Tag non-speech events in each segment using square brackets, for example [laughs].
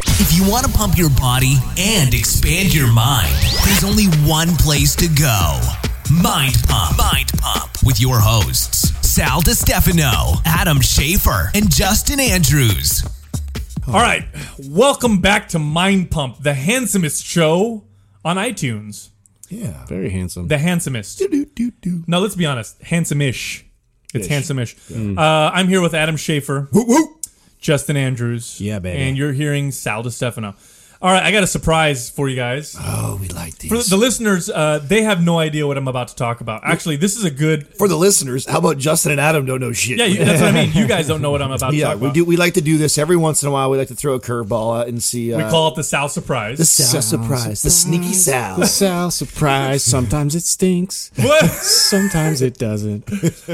If you want to pump your body and expand your mind, there's only one place to go Mind Pump. Mind Pump. With your hosts, Sal DiStefano, Adam Schaefer, and Justin Andrews. All right, welcome back to Mind Pump, the handsomest show on iTunes. Yeah. Very handsome. The handsomest. Do, do, do. No, let's be honest, handsome-ish. It's handsome-ish. Uh, I'm here with Adam Schaefer, Woo, woo. Justin Andrews, Yeah, baby. and you're hearing Sal DiStefano. All right, I got a surprise for you guys. Oh, we like these. For the listeners, uh, they have no idea what I'm about to talk about. Actually, this is a good. listeners, how about Justin and Adam don't know shit? Yeah, you, that's what I mean. You guys don't know what I'm about to [laughs] yeah. talk We about. do. We like to do this every once in a while. We like to throw a curveball out and see. Uh, We call it the Sal surprise. the Sal surprise, the sneaky Sal. Sal, surprise. Sometimes it stinks. What? Sometimes it doesn't.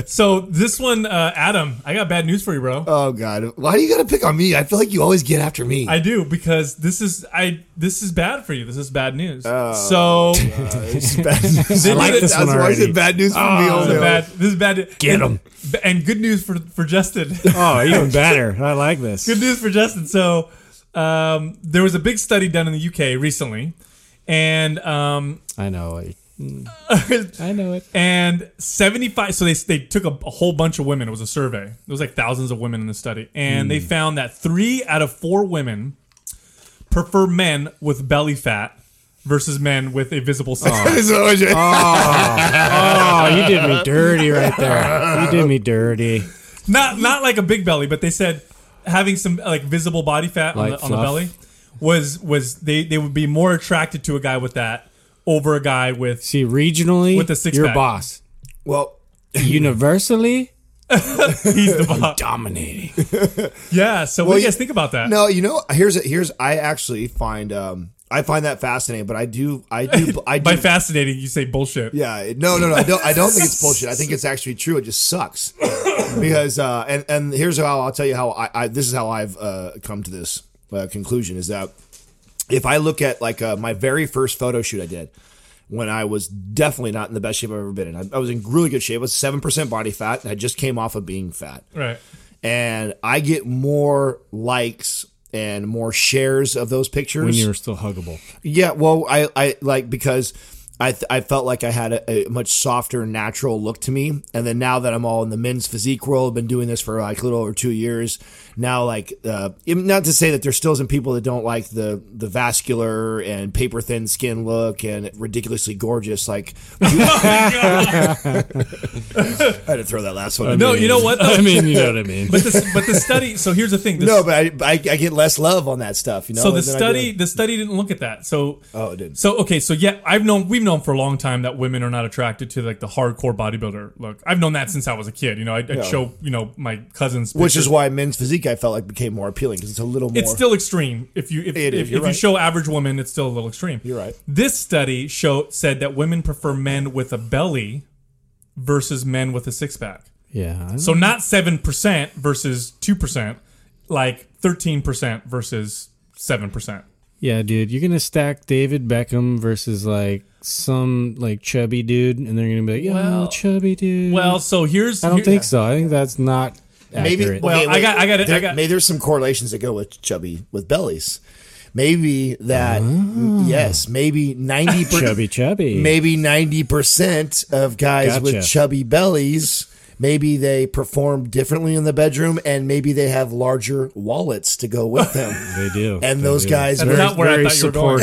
So this one, uh, Adam, I got bad news for you, bro. Oh God, why do you gotta pick on me? I feel like you always get after me. I do because this is I this is bad for you. This is bad news. so [laughs] It's bad news. like Why- this that's one why is already. it bad news for me? this is Only? a [laughs] bad. This is bad. Get and- 'em. And good news for for Justin. Oh, even better. I like this. good news for Justin. So um, there was a big study done in the UK recently, and um, I know it. I know it. and 75 so they, they took a, a whole bunch of women it was a survey it was like thousands of women in the study and Hmm. they found that three out of four women prefer men with belly fat versus men with a visible six pack. This is always- Oh, you did me dirty right there. You did me dirty. not not like a big belly but they said having some like visible body fat on, Like the, on the fluff. belly was was they they would be more attracted to a guy with that over a guy with [laughs] See, regionally, With the six you're pack. boss. [laughs] well, Universally, he's the [laughs] bo- dominating. yeah so what do you you- guys think about that No, you know, here's here's I actually find um I find that fascinating, but I do I do I [laughs] do by fascinating you say bullshit Yeah, it- no, no, no. I don't. I don't think it's bullshit. I think it's actually true. It just sucks because uh, and and here's how I'll tell you how I, I this is how I've uh, come to this uh, conclusion is that if I look at like uh, my very first photo shoot I did when I was definitely not in the best shape I've ever been in, I, I was in really good shape. I was seven percent body fat. And I just came off of being fat right and I get more likes and more shares of those pictures. When you're still huggable. yeah, well, I, I like because I, th- I felt like I had a, a much softer, natural look to me. And then now that I'm all in the men's physique world, been doing this for like a little over two years now. Like, uh, not to say that there still isn't people that don't like the the vascular and paper thin skin look and ridiculously gorgeous. Like, [laughs] [laughs] Oh I had to throw that last one. in no there. you know what though? [laughs] I mean, you know what I mean. but the but the study. So here's the thing. The, No, but I, but I, I get less love on that stuff, you know. so the than I do- study the study didn't look at that. So Oh, it didn't. So okay. So yeah, I've known we've known for a long time that women are not attracted to like the hardcore bodybuilder look. I've known that since I was a kid. You know, I'd, I'd show you know my cousins, which pictures. is why men's physique I felt like became more appealing because it's a little more. it's still extreme. If you if, if, It is, if you're you right. show average woman, it's still a little extreme. You're right. This study show said that women prefer men with a belly versus men with a six pack. Yeah. I So not seven percent versus two percent, like thirteen percent versus seven percent. Yeah, dude, you're gonna stack David Beckham versus like some like chubby dude, and they're gonna be like, "Yeah, Well- chubby dude." Well, so here's I don't here- think so. I think that's not maybe. accurate. Well, I got- I got it, I There, got- maybe there's some correlations that go with chubby with bellies. Maybe that Ah. yes, maybe ninety per, chubby, chubby. Maybe ninety percent of guys with Gotcha. chubby bellies. Maybe they perform differently in the bedroom, and maybe they have larger wallets to go [laughs] with them. they do. and They those do. guys That's are not where I very thought you were going.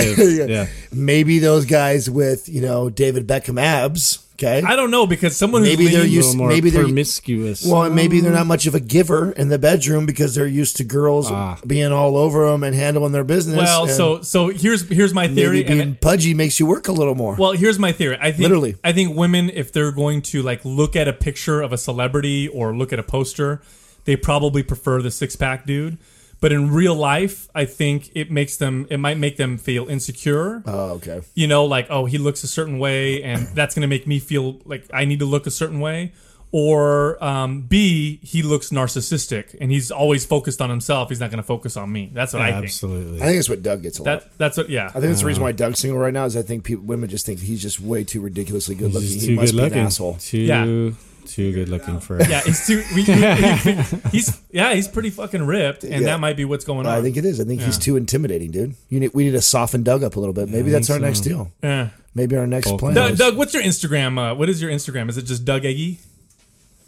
[laughs] supportive. yeah. maybe those guys with you know David Beckham abs. Okay, I don't know because someone who's Maybe they're lean- You a s- little more maybe they're- promiscuous. well, and maybe they're not much of a giver in the bedroom because they're used to girls being all over them and handling their business. Ah. well. and So so here's here's my maybe theory. being And, pudgy makes you work a little more. well, here's my theory. I think Literally. I think women, if they're going to like look at a picture of a celebrity or look at a poster, they probably prefer the six pack dude. But in real life, I think it makes them. It might make them feel insecure. oh, okay. you know, like, oh, he looks a certain way, and that's going to make me feel like I need to look a certain way. Or um, B, he looks narcissistic and he's always focused on himself. He's not going to focus on me. That's what I think. Absolutely. I think that's what Doug gets a lot. That, Ah. that's what, yeah. I think that's the reason why Doug's single right now is I think people, women just think he's just way too ridiculously good looking. He's He too must good be an looking. asshole. Too Yeah. too good looking for [laughs] it. Yeah, he's too. We, we, we- he's yeah, he's pretty fucking ripped, and Yeah. that might be what's going on. I think it is. I think he's too intimidating, dude. You need, we need to soften Doug up a little bit. Maybe that's our next deal. Yeah. Maybe our next plan. Doug, is- Doug, what's your Instagram? Uh, what is your Instagram? Is it just Doug Eggy?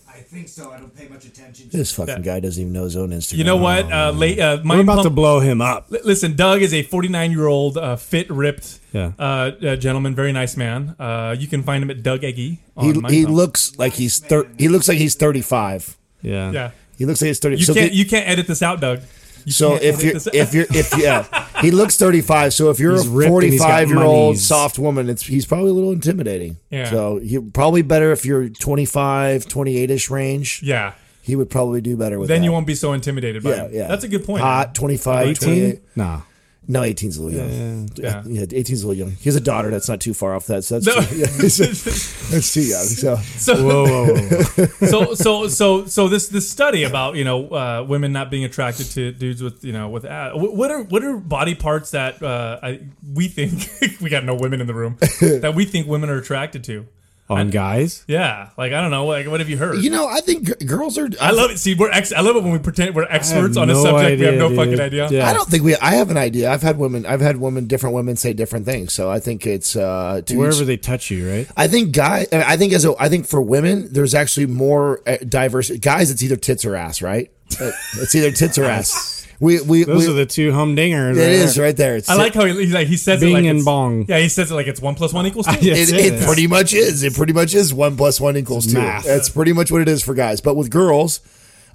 I think so. I don't pay much attention. to This fucking guy doesn't even know his own Instagram. You know what? Um, Uh, late, uh, We're Mind about Pump- to blow him up. L- Listen, Doug is a 49 year old uh, fit, ripped Yeah. uh, uh, gentleman, very nice man. Uh, you can find him at Doug Eggy. On He, Mind he Pump. looks like he's thir- he looks like he's thirty five. Yeah. Yeah, He looks like he's thirty. you so can't the- you can't edit this out, Doug. You so can't if edit you're this out. if you're if yeah, he looks thirty five. So if you're He's a ripped and forty he's got five year old monies. soft woman, it's he's probably a little intimidating. Yeah. So you probably better if you're 25, 28 ish range. yeah, He would probably do better with. then that. you won't be so intimidated by Yeah, him. yeah. That's a good point. Hot, 25, 28. Nah. No, 18's a little young. Yeah. Yeah, 18's a little young. He has a daughter that's not too far off that. So that's, No. too, [laughs] yeah, it's- that's too young. So So, Whoa, whoa, whoa. so so so so this this study about you know uh, women not being attracted to dudes with you know with uh, wh- what are what are body parts that uh, I, we think [laughs] we got no women in the [laughs] room that we think women are attracted to On guys? yeah like I don't know like what have you heard you know, I think gir- girls are. I love it see we're ex- I love it when we pretend we're experts on a no subject we have idea, no dude. fucking idea Yeah. I don't think we. I have an idea. I've had women. I've had women. Different women say different things. So I think it's uh, to Wherever each- they touch you, right? I think guy. and I think as a. I think for women, there's actually more uh, diverse guys. It's either tits or ass, right? Uh, It's either tits [laughs] or ass. We we. Those we- are the two humdingers. it is right there. It's I like how he, he's like he says it Bing like and it's- bong. yeah he says it like it's one plus one equals [laughs] two Yes, It, it it is. pretty much is. It pretty much is one plus one equals two. math. That's pretty much what it is for guys. But with girls,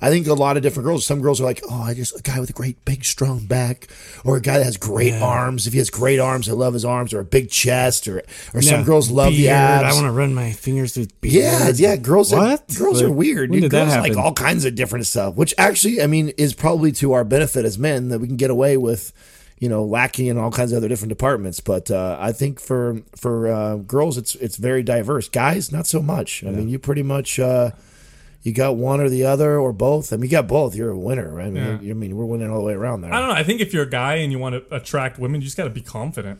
I think a lot of different girls. Some girls are like, oh, I just a guy with a great big strong back, or a guy that has great arms. If he has great arms, I love his arms, or a big chest, or or some Yeah. girls love the Beard. I abs. want to run my fingers through beard. yeah, yeah, girls What? are girls are Like, weird. when Dude. did that Girls like happen? all kinds of different stuff, which actually, I mean, is probably to our benefit as men that we can get away with, you know, lacking in all kinds of other different departments. But uh, I think for for uh, girls, it's it's very diverse. Guys, not so much. I mean, you pretty much. Uh, you got one or the other or both. I mean, you got both. You're a winner, right? I mean, Yeah. you- I mean we're winning all the way around there. I don't know. I think if you're a guy and you want to attract women, you just got to be confident.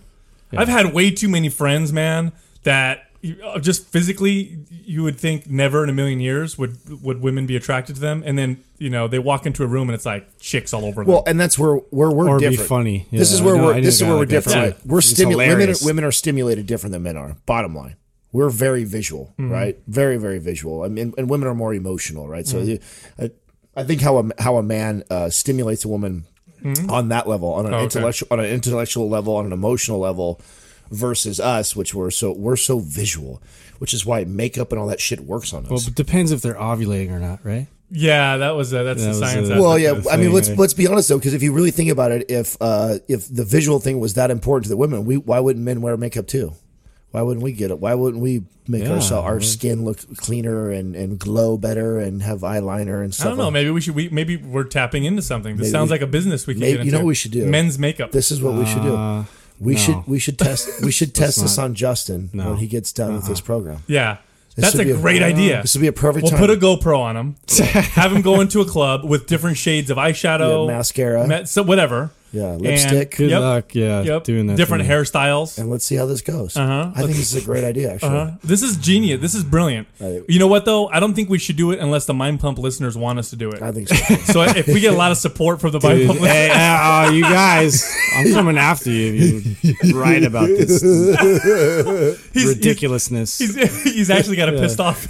I've had way too many friends, man, that you- uh, just physically you would think never in a million years would would women be attracted to them, and then you know they walk into a room and it's like chicks all over them. Well, and that's where where we're Or be different. funny. This Yeah, is where no, I we're knew this a is guy where we're like that different. too. right? We're He's stimu- women, hilarious. are, women are stimulated different than men are. Bottom line, we're very visual, Hmm. right? Very very visual. I mean, and women are more emotional, right? Hmm. So you- I, I think how a how a man uh, stimulates a woman Hmm? on that level, Oh, on an okay. intellectual on an intellectual level, on an emotional level. Versus us, which we're so we're so visual, which is why makeup and all that shit works on us. Well, it depends if they're ovulating or not, right? yeah, that was uh, that's That the was, science. uh, aspect. That's Well, the yeah. kind of I mean, thing, let's right? let's be honest though, because if you really think about it, if uh, if the visual thing was that important to the women, we why wouldn't men wear makeup too? Why wouldn't we get it? Why wouldn't we make Yeah, ourselves our skin look cleaner and, and glow better and have eyeliner and I stuff? don't know. like- Maybe we should. We maybe we're tapping into something. This Maybe sounds we- like a business we can. maybe- get you know into. what we should do? men's makeup. This is what we should do. Uh, We no. should we should test [laughs] we should test this not. on Justin No. when he gets done with this program. yeah, Uh-uh. that's would a be uh, great idea. This would be a perfect We'll time. put a GoPro on [laughs] him. have him go into a club with different shades of eyeshadow, Yeah, mascara. ma- so whatever. Yeah, And- lipstick. Good Yep. luck. Yeah. Yep. Doing that. Different thing. hairstyles. and let's see how this goes. Uh-huh. I think this is a great idea. Actually, Uh, This is genius. This is brilliant. You know what though? I don't think we should do it unless the Mind Pump listeners want us to do I it. think so. [laughs] So if we get a lot of support from the Mind Dude, Pump listeners, [laughs] hey, uh, uh, you guys, I'm coming after you. if You're right about [laughs] this he's, ridiculousness. He's, he's, he's actually got a pissed off.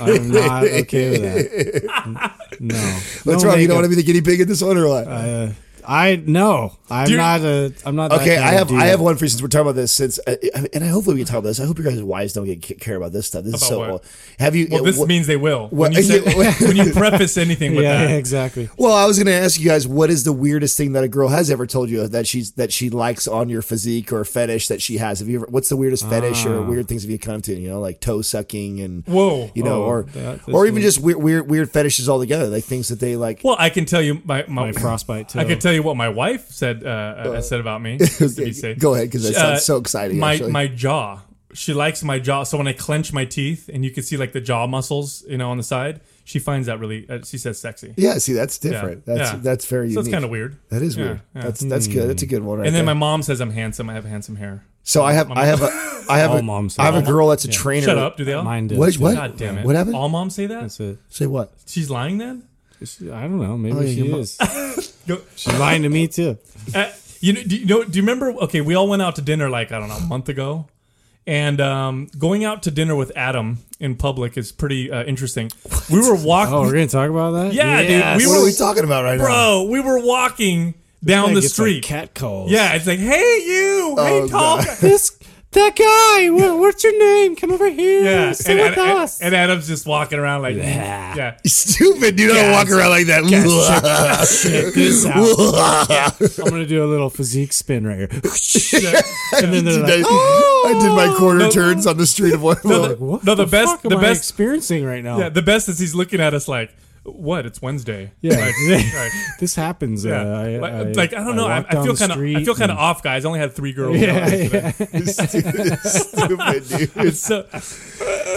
I'm [laughs] not okay with that. No. What's no wrong? You makeup. don't want to be the guinea pig in this one, or what? Uh, I no. I'm Dude. not a. I'm not. that Okay, kind I of have dude. I have one for you since we're talking about this. Since uh, and I hopefully we can talk about this. I hope your guys' wives don't get care about this stuff. This is About so what? old. Have you? Well, this wh- means they will. When what- you, [laughs] say, when you preface anything with Yeah, that, [laughs] exactly. well, I was going to ask you guys what is the weirdest thing that a girl has ever told you that she's that she likes on your physique or fetish that she has. Have you ever? What's the weirdest fetish Ah. or weird things have you come to? You know, like toe sucking and Whoa. you know, Oh, or that- or this even one- just weird weird weird fetishes altogether, like things that they like. well, I can tell you my my, My frostbite too. I can tell you what my wife said. Uh, uh, said about [laughs] me. to be safe. Go ahead, because that sounds Uh, so exciting. My actually. my jaw. She likes my jaw. So when I clench my teeth, and you can see like the jaw muscles, you know, on the side. she finds that really. Uh, she says sexy. Yeah, see, that's different. Yeah. That's Yeah. that's very So unique. it's kind of weird. That is Yeah, weird. yeah. That's that's good. That's a Hmm. good one, right? and then my there. mom says I'm handsome. I have handsome hair. so I have I have a I [laughs] have All a moms I have a say that. girl that's a trainer. Shut up. Do they all? Mine did. What too. what? God damn it. What happened? All moms say that. That's it. Say what? She's lying then. She- I don't know. Maybe Oh, yeah, she your mom- is. Go- She's lying to me too. Uh, you know, do you know? Do you remember? Okay, we all went out to dinner like I don't know a month ago, and um, going out to dinner with Adam in public is pretty uh, interesting. We were walking. Oh, we're gonna talk about that. Yeah, dude, we What were- are we talking about right now? [laughs] bro, we were walking down the street. cat calls. [laughs] yeah, it's like, hey you, hey Oh, tall. God. guy." This that guy. What, what's your name? Come over here. Yeah, Sit and, with and, and, us. and Adam's just walking around like, Yeah. yeah. Stupid. You don't walk around like [laughs] that. Check this out. I'm gonna do a little physique spin right here. [laughs] and then they're like, [laughs] "Oh!" I did my quarter turns on the street of one. "What No, the best- fuck am the I best- experiencing right now." Yeah, the best is he's looking at us like, what? It's Wednesday. Yeah. Like, right. [laughs] this happens. Yeah. Uh, I, like, I, like, I don't know. I, walk I down feel the kind of I street feel kind of and- off, guys. I only had three girls. Yeah, Yeah, yeah. [laughs] stupid, dude. [laughs] It's, So,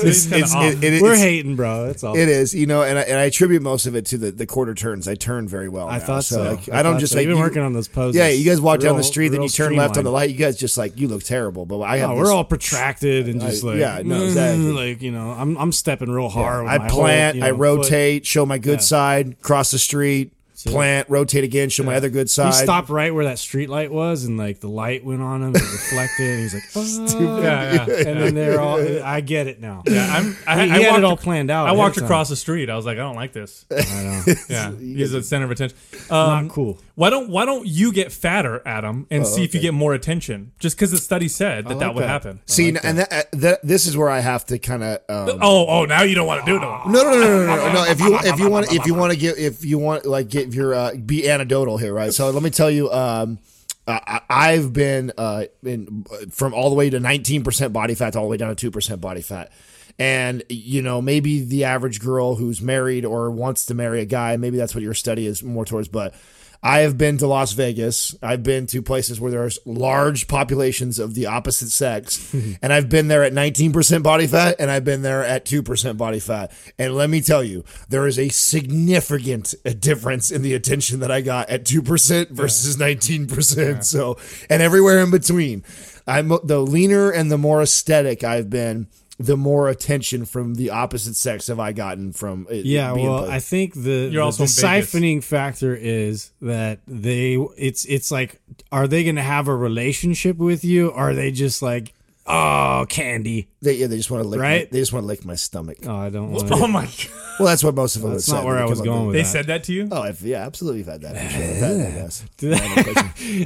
it's, kind it's, of off. it, it, We're it's, hating, bro. That's all. It is, you know, and I, and I attribute most of it to the, the quarter turns. I turn very well. I now. thought so. like, I I, don't thought just so. like You've been you- working on those poses. Yeah, you guys walk down the Real- street, then real you turn left on streamlined. the light. You guys just like you look terrible, but I have. No, this- we're all protracted and just I- like yeah, no, exactly. [laughs] like you know, I'm I'm stepping real hard. I with my whole, plant, you know, I foot. rotate, show my good side, cross the street, plant, rotate again, show my other good side. He stopped right where that street light was, and like the light went on him, and it reflected. and [laughs] he's like, "Oh." yeah, yeah. and then they're all. I get it now. Yeah, I'm, I, He- he I had walked it all planned out I ahead walked of time. across the street. I was like, I don't like [laughs] this. [laughs] Yeah, he's the center of attention. Not Um, cool. Why don't Why don't you get fatter, Adam, Oh, and see if you get more attention? Just because the study said that that would happen. See, and that, uh, that this is where I have to kind of. Um, Oh, oh, now you don't want to do it. no more. no, no, no, no, no, no, no. If you if you want if you want to get if you want like give your uh, be anecdotal here, right? So let me tell you. Um, I, I- I've been uh, in, from all the way to 19% body fat to all the way down to 2% body fat. And, you know, maybe the average girl who's married or wants to marry a guy, maybe that's what your study is more towards. But I have been to Las Vegas. I've been to places where there's large populations of the [laughs] opposite sex. and I've been there at 19% body fat and I've been there at 2% body fat. And let me tell you, there is a significant difference in the attention that I got at 2% versus 19%. So, and everywhere in between. I'm the leaner and the more aesthetic I've been, the more attention from the opposite sex have I gotten from it Yeah, being well, played. I think the, the You're also in Vegas. siphoning factor is that they it's it's like are they going to have a relationship with you? Or are they just like oh candy? they, yeah, they just want to lick Right? my, they just want to lick my stomach. Oh, I don't. [laughs] want Oh to. my god! Well, that's what most of them. That's would not say where when I they was come up going with They that. said that to you. Oh, I've, yeah, absolutely. You've had that. I'm sure. I've had that, I guess.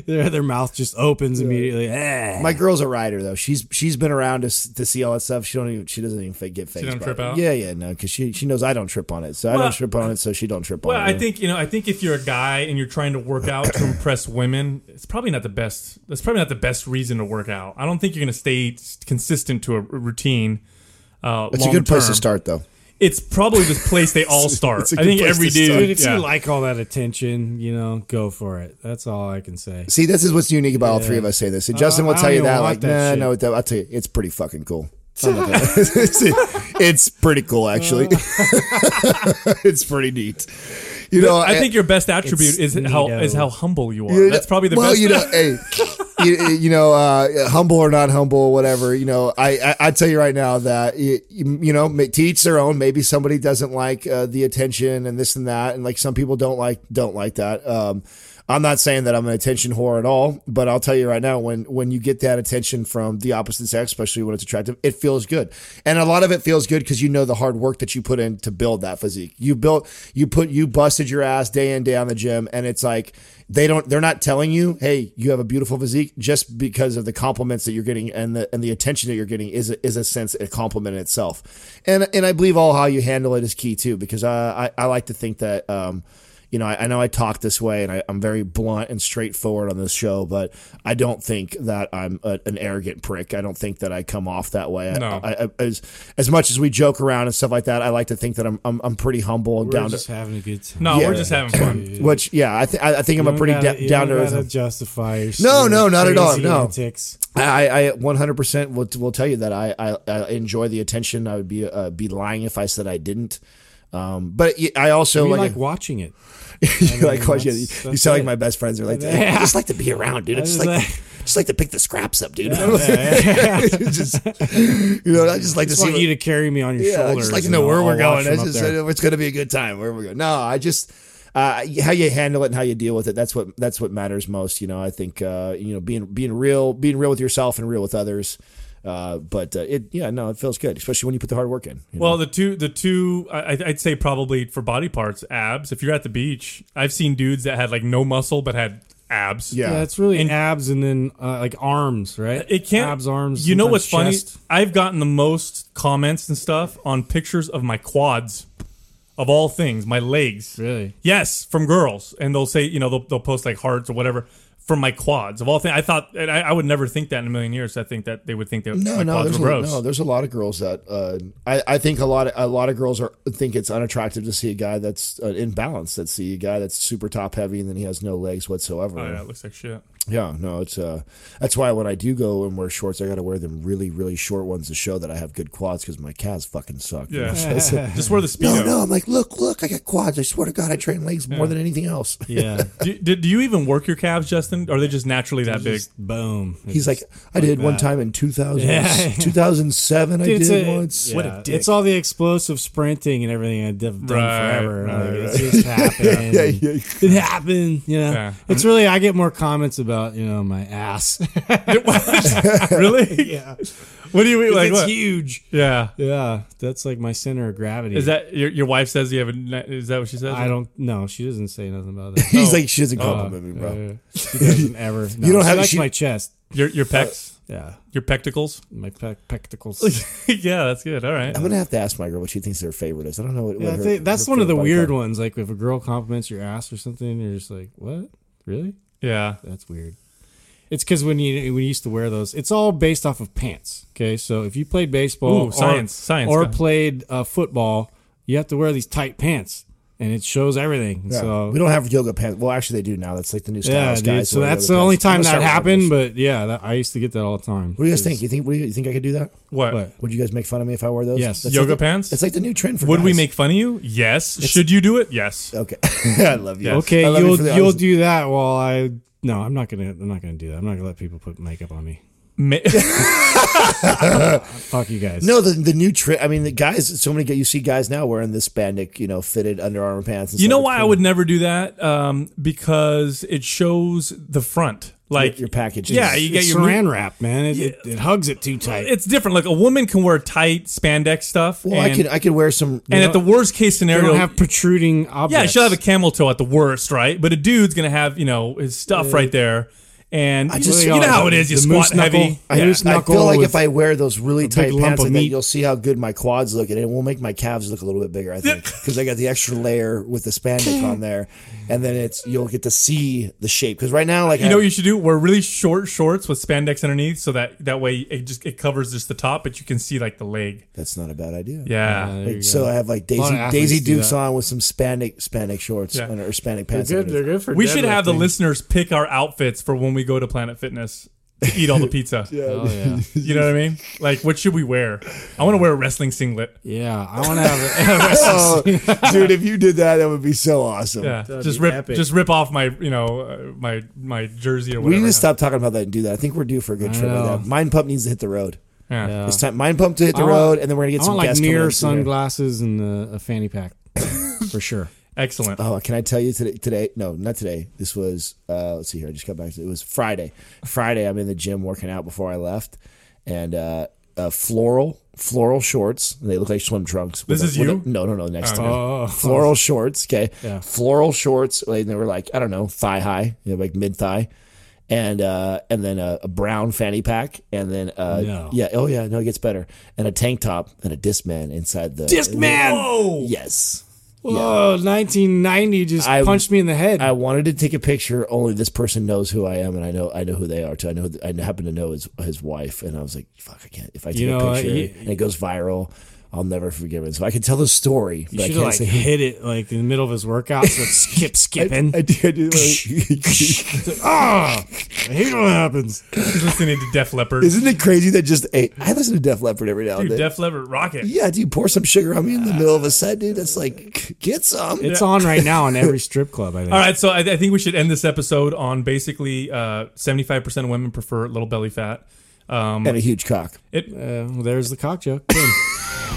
their, their mouth just opens immediately. Eh. My girl's a rider though. She's she's been around to, s- to see all that stuff. She don't even she doesn't even fa- get fake. don't trip out? Yeah, yeah, no, because she she knows I don't trip on it, so I Well- don't trip on it, so she don't trip Well, on it. I think you know. I think if you're a guy and you're trying to work out to impress women, it's probably not the best. That's probably not the best reason to work out. I don't think you're going to stay s- consistent to a r- routine. Uh, it's a good place to long-term. start though. It's probably the place they all start. [laughs] it's a I good think place every to start. dude. Dude, if yeah. you like all that attention, you know, go for it. That's all I can say. See, this is what's unique about all three of us say this. And Justin I will don't tell you even that, want like, that shit. nah, no, that- I'll tell you, it's pretty fucking cool. [laughs] it's, it's pretty cool, actually. [laughs] it's pretty neat. You know, I think your best attribute is It's how neato. is how humble you are. You know, That's probably the well, best. [laughs] You know, hey, you, you know, uh, humble or not humble, whatever. You know, I, I I tell you right now that you, you know, ma- to each their own. Maybe somebody doesn't like uh, the attention and this and that, and like some people don't like don't like that. Um, I'm not saying that I'm an attention whore at all, but I'll tell you right now, when when you get that attention from the opposite sex, especially when it's attractive, it feels good, and a lot of it feels good because you know the hard work that you put in to build that physique. You built, you put, you busted your ass day in day on the gym, and it's like they don't they're not telling you hey you have a beautiful physique just because of the compliments that you're getting and the and the attention that you're getting is a, is a sense a compliment in itself and and i believe all how you handle it is key too because i i, I like to think that um you know, I, I know I talk this way, and I, I'm very blunt and straightforward on this show, but I don't think that I'm a, an arrogant prick. I don't think that I come off that way. I- No. I, I, as as much as we joke around and stuff like that, I like to think that I'm I'm, I'm pretty humble and We're down just to. having a good time. no, Yeah. we're just having fun. Which, yeah, I think I think I'm You a don't pretty gotta- da- you down to don't earth. gotta justify your No, no, not at all, crazy no. antics. I, I 100% will, will tell you that I, I, I enjoy the attention. I would be uh, be lying if I said I didn't. Um, but y- I also We like, [laughs] like watching it. you like mean, what you, that's- you that's sound like it. my best friends are like Yeah. [laughs] I just like to be around, dude. I just That is like just like to pick the scraps up, dude. [laughs] Just- you know, I just like Just to see want what- you to carry me on your yeah, I shoulders. just like to and know where I'll- we're I'll watch going. from It's, up just, there. it's going to be a good time where we go. No, I just uh, how you handle it and how you deal with it. That's what that's what matters most. You know, I think uh, you know being being real, being real with yourself and real with others. Uh, but uh, it yeah, no, it feels good, especially when you put the hard work in. you know? Well, the two, the two, I, I- I'd say probably for body parts, abs. If you're at the beach, I've seen dudes that had like no muscle but had abs. yeah, Yeah, it's really abs and then uh, like arms, right? It can't abs, arms. You know sometimes what's chest. funny? I've gotten the most comments and stuff on pictures of my quads, of all things, my legs. Really? Yes, from girls, and they'll say, you know, they'll, they'll post like hearts or whatever from my quads. Of all things, I thought, and I, I would never think that in a million years. I think that they would think that No, my no, quads there's were a, gross. no, there's a lot of girls that uh, I, I think a lot of a lot of girls are think it's unattractive to see a guy that's uh, in balance, that see a guy that's super top heavy and then he has no legs whatsoever. oh, yeah, yeah. it looks like shit. no, it's uh, that's why when I do go and wear shorts, I got to wear them really, really short ones to show that I have good quads because my calves fucking suck. [laughs] Yeah, That's it. just wear the speedo. No, no, I'm like, look, look, I got quads. I swear to God, I train legs more than anything else. Yeah, Do, do, do you even work your calves, Justin? Or are they just naturally that [laughs] big? just boom. [laughs] He's like, I did one time in 2000, Yeah. 2007. Dude, I did it's a- once. yeah, It's all the explosive sprinting and everything I've Right, done forever. right, like, It's [laughs] just happened. Yeah, yeah. [laughs] It happened. You know, Yeah. it's really I get more comments about you know my [laughs] ass. really? Yeah. What do you mean? Like it's what? huge. Yeah. Yeah, that's like my center of gravity. Is that your, your wife says you have a? ne- Is that what she says? I don't know. She doesn't say nothing about [laughs] that. He's like, she doesn't compliment me, bro. Uh, she doesn't ever. No, You don't she have- likes she- my chest. Your your Uh, pecs, Yeah, your pectacles. [laughs] my pe- [laughs] pectacles. yeah, that's good. All right. Um, I'm gonna have to ask my girl what she thinks her favorite is. I don't know. What, Yeah, what I her- think that's her one of the favorite weird body part- ones. Like if a girl compliments your ass or something, you're just like, "What? Really? Yeah. That's weird." It's because when you when you used to wear those, it's all based off of pants. Okay, so if you played baseball, Ooh, or, science, science, or go. played uh, football, you have to wear these tight pants, and it shows everything. Yeah. So we don't have yoga pants. Well, actually, they do now. That's like the new style, yeah, guys. dude. So wear that's yoga the only pants. I'm time gonna that start wearing happened. those. But yeah, that, I used to get that all the time. What do you guys think? You think? What do you, you think I could do that? What? What? Would you guys make fun of me if I wore those? Yes. That's Yoga like the- pants? It's like the new trend for. Would we guys. make fun of you? Yes. Should you do it? Yes. Okay, [laughs] I love you. Okay, I love you you'll for the- I you'll was- do that while I. No, I'm not gonna. I'm not gonna do that. I'm not gonna let people put makeup on me. [laughs] Ma- Fuck you guys. No, the the new trend. I mean, the guys. So many. guys- You see guys now wearing this spandex, you know, fitted Under Armour pants. And you stuff. know It's why I cool. would never do that? Um, because it shows the front, like your package is- Yeah, you get it's your saran wrap, man. It, it, it hugs it too tight. It's different. Like a woman can wear tight spandex stuff. Well, and, I could I could wear some. and at the worst case they scenario, don't have protruding objects. Yeah, she'll have a camel toe at the worst, right? But a dude's gonna have you know his stuff right there, and you just- know- you know how it is. You The moose squat heavy. knuckle. I, Loose I knuckle feel like with if I wear those really tight lump pants of like that, meat. you'll see how good my quads look, and it will make my calves look a little bit bigger. I think because I got the extra layer with the spandex [laughs] on there, and then it's you'll get to see the shape. Because right now, like You know I, what you should do? Wear really short shorts with spandex underneath, so that that way it just it covers just the top, but you can see like the leg. that's not a bad idea. Yeah, There you Like, so I have like Daisy athletes Daisy do Dukes that. on with some spandex spandex shorts Yeah. under, or spandex pants. good. They're underneath. good for. we should have the deadlifting. listeners pick our outfits for when we go to Planet Fitness. to Eat [laughs] all the pizza. Oh, yeah. You know what I mean? Like, what should we wear? I want to wear a wrestling singlet. [laughs] yeah, I want to have it. Oh, [laughs] dude, if you did that, that would be so awesome. Yeah, That'd just be rip, epic. just rip off my, you know, uh, my my jersey or We whatever. need to stop talking about that and do that. I think we're due for a good trip. know. Like that. Mind Pump needs to hit the road. Yeah. Yeah. It's time Mind Pump to hit the I want- road, and then we're gonna get I some want like guests coming mirror in from there. sunglasses and a, a fanny [laughs] pack for sure. Excellent. Oh, can I tell you today? Today, no, not today. This was uh, let's see here. I just got back. to It was Friday. Friday, I'm in the gym working out before I left, and uh, uh, floral floral shorts. They look like swim trunks. This With is a- with a- you? no, no, no. Next time, Oh. floral shorts. Okay, Yeah. floral shorts. Like, they were like I don't know, thigh high, you know, like mid thigh. And uh, and then a, a brown fanny pack, and then uh, No. yeah, oh yeah, no, it gets better. And a tank top and a disc man inside the Whoa. Yes, Whoa, 1990 just I- punched me in the head. I wanted to take a picture. Only this person knows who I am, and I know I know who they are too. I know I happen to know his his wife, and I was like, "Fuck, I can't." If I take You know, a picture you- and it goes viral, I'll never forgive it. So I can tell the story, You but I should have can't like [laughs] say who. hit it like in the middle of his workout, so [laughs] it's skip skipping. Ah! I, I do. I do like- [laughs] I hate when that [laughs] happens. He's listening to Def Leppard. Isn't it crazy that just hey, I listen to Def Leppard every now and Dude, then. Def Leppard, Rocket. yeah, dude, pour some sugar on me in the middle of a set, dude. That's like, get some. It's on right now in every strip club. I think. All right, so I, I think we should end this episode on basically uh, 75% of women prefer little belly fat. and a huge cock. Uh, well, there's the cock joke.